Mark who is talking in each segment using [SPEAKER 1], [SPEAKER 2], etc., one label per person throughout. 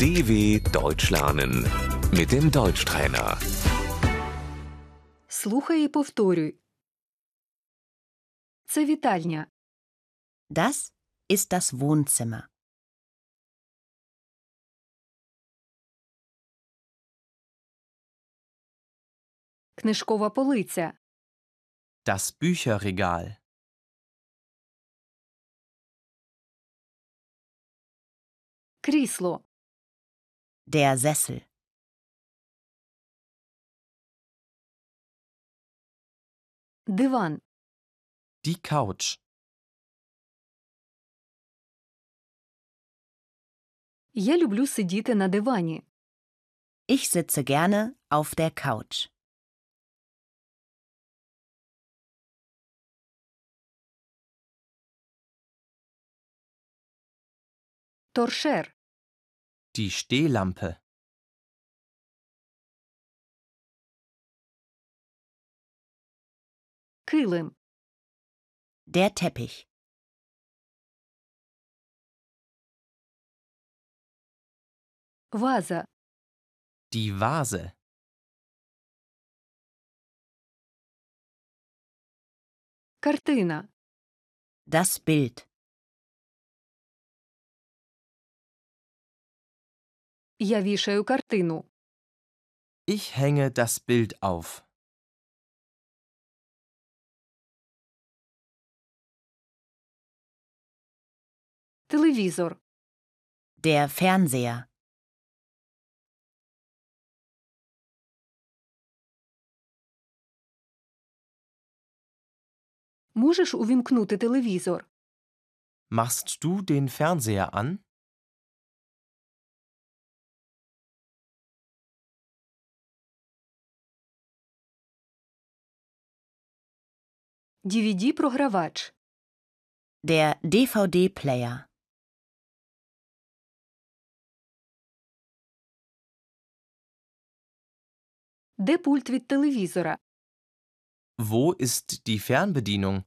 [SPEAKER 1] DW Deutsch lernen mit dem Deutschtrainer.
[SPEAKER 2] Слухай і повторюй. Це вітальня.
[SPEAKER 3] Das ist das Wohnzimmer.
[SPEAKER 2] Книжкова полиця.
[SPEAKER 4] Das Bücherregal.
[SPEAKER 2] Крісло.
[SPEAKER 3] Der Sessel.
[SPEAKER 2] Диван.
[SPEAKER 4] Die Couch.
[SPEAKER 2] Я люблю сидіти на дивані.
[SPEAKER 3] Ich sitze gerne auf der Couch.
[SPEAKER 2] Торшер.
[SPEAKER 4] Die Stehlampe.
[SPEAKER 2] Килим.
[SPEAKER 3] Der Teppich.
[SPEAKER 2] Ваза.
[SPEAKER 4] Die Vase.
[SPEAKER 2] Картина.
[SPEAKER 3] Das Bild.
[SPEAKER 2] Я вішаю картину.
[SPEAKER 4] Ich hänge das Bild auf.
[SPEAKER 2] Телевізор.
[SPEAKER 3] Der Fernseher.
[SPEAKER 2] Можеш увімкнути телевізор?
[SPEAKER 4] Machst du den Fernseher an?
[SPEAKER 2] DVD-програвач.
[SPEAKER 3] Der DVD-Player.
[SPEAKER 2] Де пульт від телевізора?
[SPEAKER 4] Wo ist die Fernbedienung?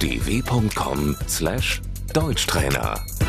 [SPEAKER 1] dw.com/deutschtrainer